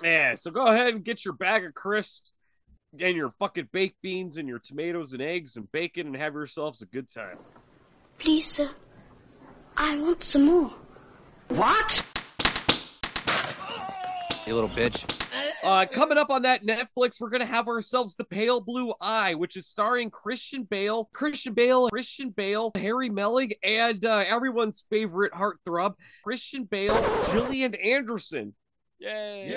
[SPEAKER 2] Yeah, so go ahead and get your bag of crisps and your fucking baked beans and your tomatoes and eggs and bacon and have yourselves a good time.
[SPEAKER 11] Please, sir. I want some more.
[SPEAKER 9] What?
[SPEAKER 7] You little bitch.
[SPEAKER 2] Uh, coming up on that Netflix, we're gonna have ourselves the Pale Blue Eye, which is starring Christian Bale, Christian Bale, Christian Bale, Harry Melling, and uh, everyone's favorite heartthrob, Christian Bale, Gillian Anderson.
[SPEAKER 3] Yay.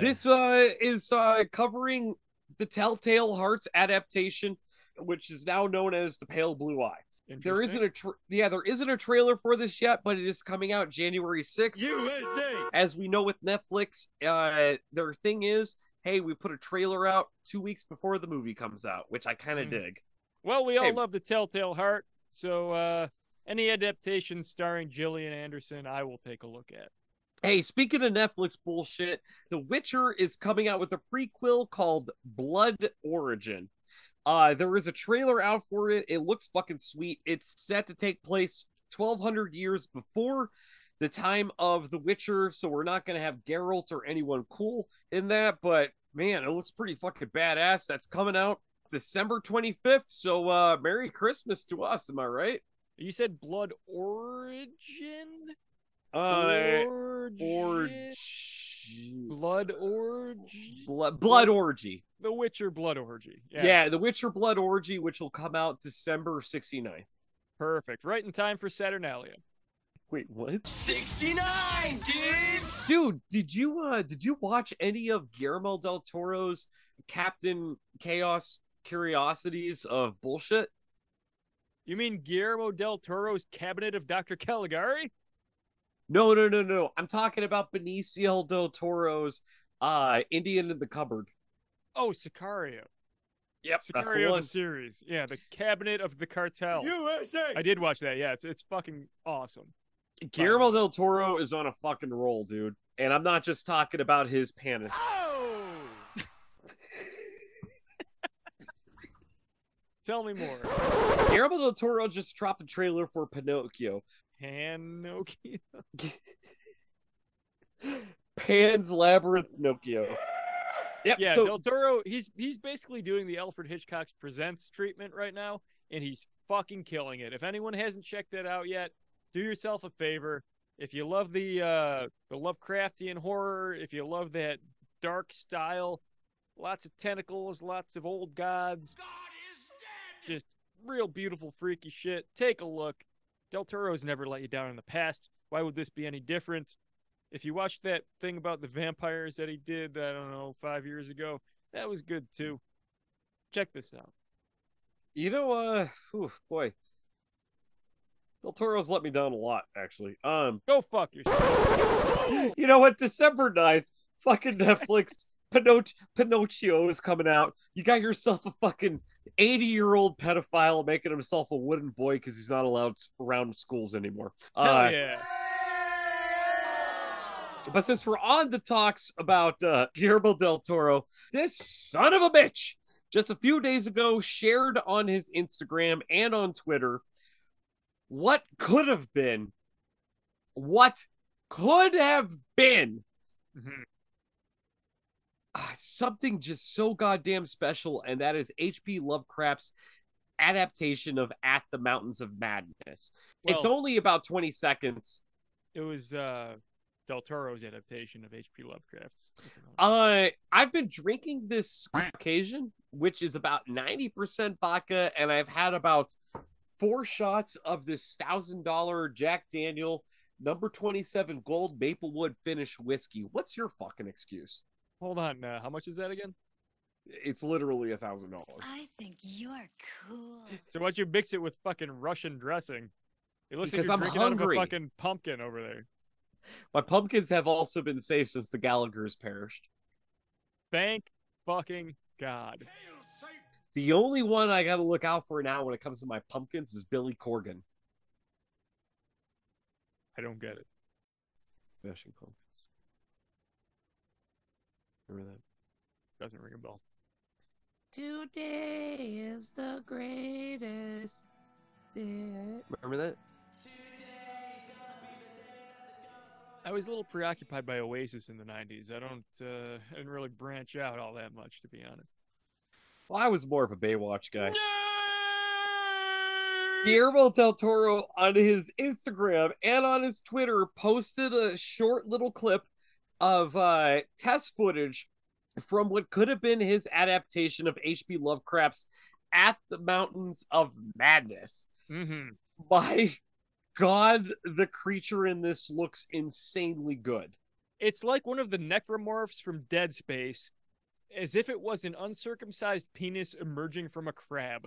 [SPEAKER 2] This uh, is uh, covering the Telltale Hearts adaptation, which is now known as the Pale Blue Eye. There
[SPEAKER 3] Interesting.
[SPEAKER 2] isn't a tra- yeah, there isn't a trailer for this yet, but it is coming out January 6th.
[SPEAKER 5] USA!
[SPEAKER 2] As we know with Netflix, uh their thing is, hey, we put a trailer out 2 weeks before the movie comes out, which I kind of
[SPEAKER 3] Mm.
[SPEAKER 2] dig.
[SPEAKER 3] Well, we all
[SPEAKER 2] Hey.
[SPEAKER 3] love the Telltale Heart, so uh, any adaptation starring Gillian Anderson, I will take a look at.
[SPEAKER 2] Hey, speaking of Netflix bullshit, The Witcher is coming out with a prequel called Blood Origin. Uh, there is a trailer out for it. It looks fucking sweet. It's set to take place 1200 years before the time of The Witcher, so we're not going to have Geralt or anyone cool in that, but man, it looks pretty fucking badass. That's coming out December 25th, so uh, Merry Christmas to us, am I right?
[SPEAKER 3] You said Blood Origin?
[SPEAKER 2] Uh,
[SPEAKER 3] Origin?
[SPEAKER 2] orgy.
[SPEAKER 3] Blood Orgy?
[SPEAKER 2] Blood, blood Orgy.
[SPEAKER 3] The Witcher Blood Orgy.
[SPEAKER 2] Yeah. The Witcher Blood Orgy, which will come out December 69th.
[SPEAKER 3] Perfect. Right in time for Saturnalia.
[SPEAKER 2] Wait, what?
[SPEAKER 9] 69, dudes!
[SPEAKER 2] Dude, did you uh did you watch any of Guillermo del Toro's Captain Chaos Curiosities of bullshit?
[SPEAKER 3] You mean Guillermo del Toro's Cabinet of Dr. Caligari?
[SPEAKER 2] No, no, no, no. I'm talking about Benicio del Toro's uh Indian in the cupboard.
[SPEAKER 3] Oh, Sicario.
[SPEAKER 2] Yep, that's the
[SPEAKER 3] Sicario
[SPEAKER 2] one.
[SPEAKER 3] the series. Yeah, the Cabinet of the Cartel.
[SPEAKER 5] USA!
[SPEAKER 3] I did watch that. Yeah, it's, it's fucking awesome.
[SPEAKER 2] Guillermo del Toro is on a fucking roll, dude. And I'm not just talking about his penis.
[SPEAKER 3] Tell me more.
[SPEAKER 2] Guillermo del Toro just dropped a trailer for Pinocchio.
[SPEAKER 3] Hanoki.
[SPEAKER 2] Pan's Labyrinth Pinocchio. Yep.
[SPEAKER 3] Yeah,
[SPEAKER 2] so
[SPEAKER 3] Del Toro, he's he's basically doing the Alfred Hitchcock's Presents treatment right now, and he's fucking killing it. If anyone hasn't checked that out yet, do yourself a favor. If you love the uh, the Lovecraftian horror, if you love that dark style, lots of tentacles, lots of old gods, just real beautiful freaky shit. Take a look. Del Toro's never let you down in the past. Why would this be any different? If you watched that thing about the vampires that he did, I don't know, five years ago, that was good too. Check this out.
[SPEAKER 2] you know, uh, whew, boy, Del Toro's let me down a lot, actually. Um,
[SPEAKER 3] Go fuck yourself.
[SPEAKER 2] *laughs* you know what? December 9th, fucking *laughs* Netflix. Pinoc- Pinocchio is coming out. You got yourself a fucking eighty-year-old pedophile making himself a wooden boy because he's not allowed s- around schools anymore. uh,
[SPEAKER 3] Hell yeah.
[SPEAKER 2] But since we're on the talks about uh, Guillermo del Toro, this son of a bitch just a few days ago shared on his Instagram and on Twitter what could have been, what could have been
[SPEAKER 3] Mhm.
[SPEAKER 2] ah, something just so goddamn special, and that is H.P. Lovecraft's adaptation of At the Mountains of Madness. it's
[SPEAKER 3] Well-
[SPEAKER 2] only about 20 seconds.
[SPEAKER 3] It was uh, Del Toro's adaptation of H.P. Lovecraft's.
[SPEAKER 2] Uh, I've been drinking this occasion, which is about 90% vodka, and I've had about four shots of this thousand dollar Jack Daniel number 27 gold Maplewood finish whiskey. What's your fucking excuse?
[SPEAKER 3] Hold on. Uh, how much is that again?
[SPEAKER 2] It's literally a thousand dollars.
[SPEAKER 12] I think you're cool.
[SPEAKER 3] So why'd you mix it with fucking Russian dressing? It looks
[SPEAKER 2] Because
[SPEAKER 3] like
[SPEAKER 2] I'm
[SPEAKER 3] you're drinking
[SPEAKER 2] hungry.
[SPEAKER 3] out of a fucking pumpkin over there.
[SPEAKER 2] My pumpkins have also been safe since the Gallagher's perished.
[SPEAKER 3] Thank fucking God.
[SPEAKER 2] The only one I got to look out for now when it comes to my pumpkins is Billy Corgan.
[SPEAKER 3] I don't get it.
[SPEAKER 2] Smashing pumpkins. Remember that?
[SPEAKER 3] Doesn't ring a bell.
[SPEAKER 8] Today is the greatest day.
[SPEAKER 2] Remember that?
[SPEAKER 3] I was a little preoccupied by Oasis in the '90s. I don't, uh, I didn't really branch out all that much, to be honest.
[SPEAKER 2] Well, I was more of a Baywatch guy.
[SPEAKER 5] *laughs*
[SPEAKER 2] Guillermo del Toro on his Instagram and on his Twitter posted a short little clip of uh, test footage from what could have been his adaptation of H.P. Lovecraft's At the Mountains of Madness.
[SPEAKER 3] Mm-hmm.
[SPEAKER 2] My God, the creature in this looks insanely good.
[SPEAKER 3] It's like one of the necromorphs from Dead Space, as if it was an uncircumcised penis emerging from a crab.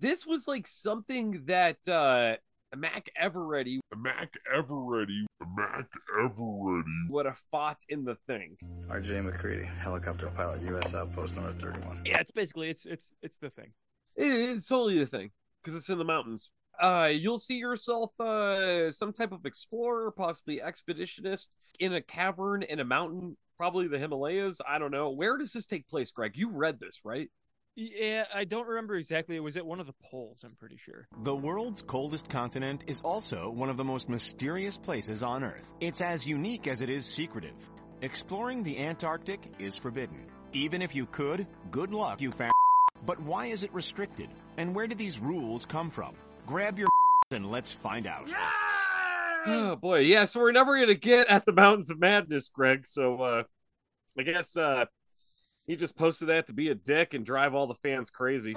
[SPEAKER 2] This was like something that uh, Mac Eveready
[SPEAKER 5] Mac Eveready. Mac Eveready.
[SPEAKER 2] would have fought in the thing.
[SPEAKER 10] RJ McCready, helicopter pilot, U.S. Outpost North 31.
[SPEAKER 3] Yeah, it's basically it's it's it's the thing.
[SPEAKER 2] It- It's totally the thing because it's in the mountains. Uh, you'll see yourself uh, some type of explorer, possibly expeditionist, in a cavern in a mountain, probably the Himalayas. I don't know. Where does this take place, Greg? You read this, right?
[SPEAKER 3] Yeah, I don't remember exactly. It was at one of the poles. I'm pretty sure.
[SPEAKER 13] The world's coldest continent is also one of the most mysterious places on Earth. It's as unique as it is secretive. Exploring the Antarctic is forbidden. Even if you could, good luck, you fa- But why is it restricted? And where did these rules come from? Grab your *laughs* and let's find out.
[SPEAKER 2] Oh boy, yeah. So we're never gonna get at the mountains of madness, Greg. So uh, I guess uh, he just posted that to be a dick and drive all the fans crazy.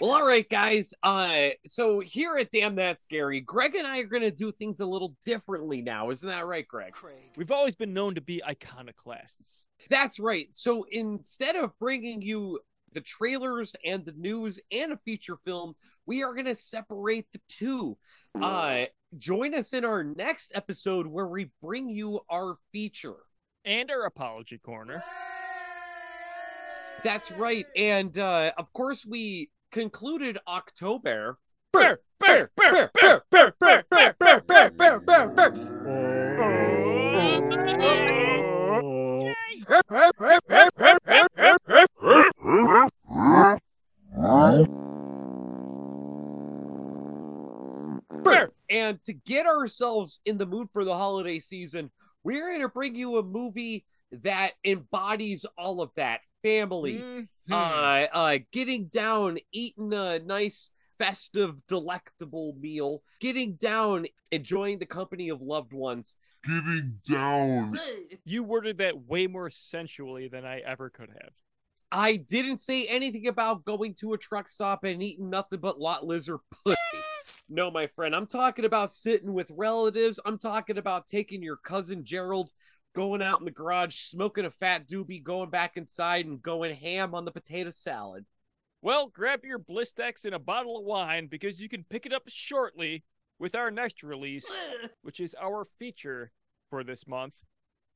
[SPEAKER 2] Well, all right, guys. Uh, so here at Damn That Scary, Greg and I are gonna do things a little differently now, isn't that right, Greg?
[SPEAKER 3] We've always been known to be iconoclasts.
[SPEAKER 2] That's right. So instead of bringing you the trailers and the news and a feature film, we are gonna separate the two. Uh, join us in our next episode where we bring you our feature.
[SPEAKER 3] And our apology corner.
[SPEAKER 2] That's right. And uh, of course, we concluded October.
[SPEAKER 3] Bear, bear, bear, bear, bear, bear, bear, bear, bear, bear, bear, bear.
[SPEAKER 2] And to get ourselves in the mood for the holiday season, we're going to bring you a movie that embodies all of that family, uh, uh, getting down, eating a nice, festive, delectable meal, getting down, enjoying the company of loved ones.
[SPEAKER 5] Getting down.
[SPEAKER 3] You worded that way more sensually than I ever could have.
[SPEAKER 2] I didn't say anything about going to a truck stop and eating nothing but lot lizard pussy. No, my friend, I'm talking about sitting with relatives. I'm talking about taking your cousin Gerald, going out in the garage, smoking a fat doobie, going back inside and going ham on the potato salad.
[SPEAKER 3] Well, grab your Blistex and a bottle of wine because you can pick it up shortly with our next release, which is our feature for this month.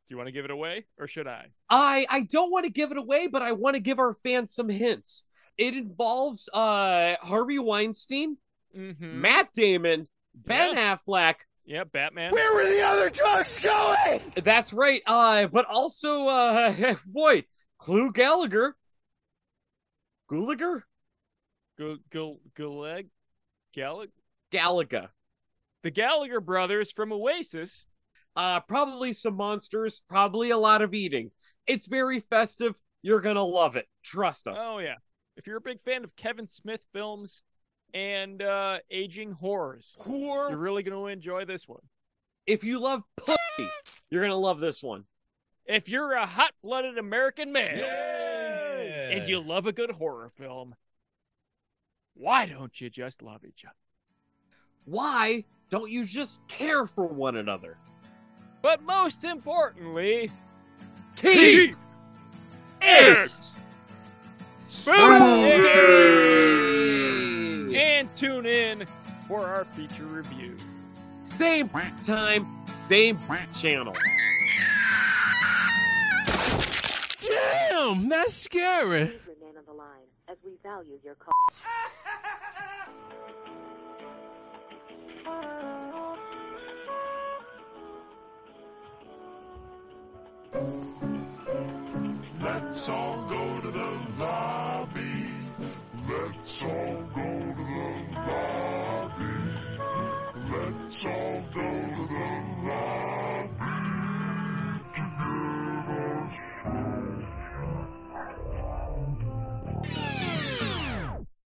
[SPEAKER 3] Do you want to give it away or should I?
[SPEAKER 2] I I don't want to give it away, but I want to give our fans some hints. It involves uh Harvey Weinstein,
[SPEAKER 3] Mm-hmm.
[SPEAKER 2] Matt Damon, Ben Affleck,
[SPEAKER 3] yeah, Batman.
[SPEAKER 5] Where were the other trucks going? *laughs*
[SPEAKER 2] That's right. Uh, but also, uh, *laughs* boy, Clue Gallagher, Gulager,
[SPEAKER 3] Go, go, Galeg, Gallag,
[SPEAKER 2] Galaga.
[SPEAKER 3] the Gallagher brothers from Oasis.
[SPEAKER 2] Uh, probably some monsters. Probably a lot of eating. It's very festive. You're gonna love it. Trust us.
[SPEAKER 3] Oh yeah. If you're a big fan of Kevin Smith films and uh, aging horrors, you're really going to enjoy this one.
[SPEAKER 2] If you love pussy, you're gonna love this one.
[SPEAKER 3] If you're a hot-blooded American man and you love a good horror film, Why don't you just love each other?
[SPEAKER 2] Why don't you just care for one another?
[SPEAKER 3] But most importantly,
[SPEAKER 2] keep it
[SPEAKER 3] spooky! And tune in for our feature review.
[SPEAKER 2] Same time, same channel.
[SPEAKER 4] Damn, that's scary.
[SPEAKER 14] Remain on the line as we value your call.
[SPEAKER 5] That's all.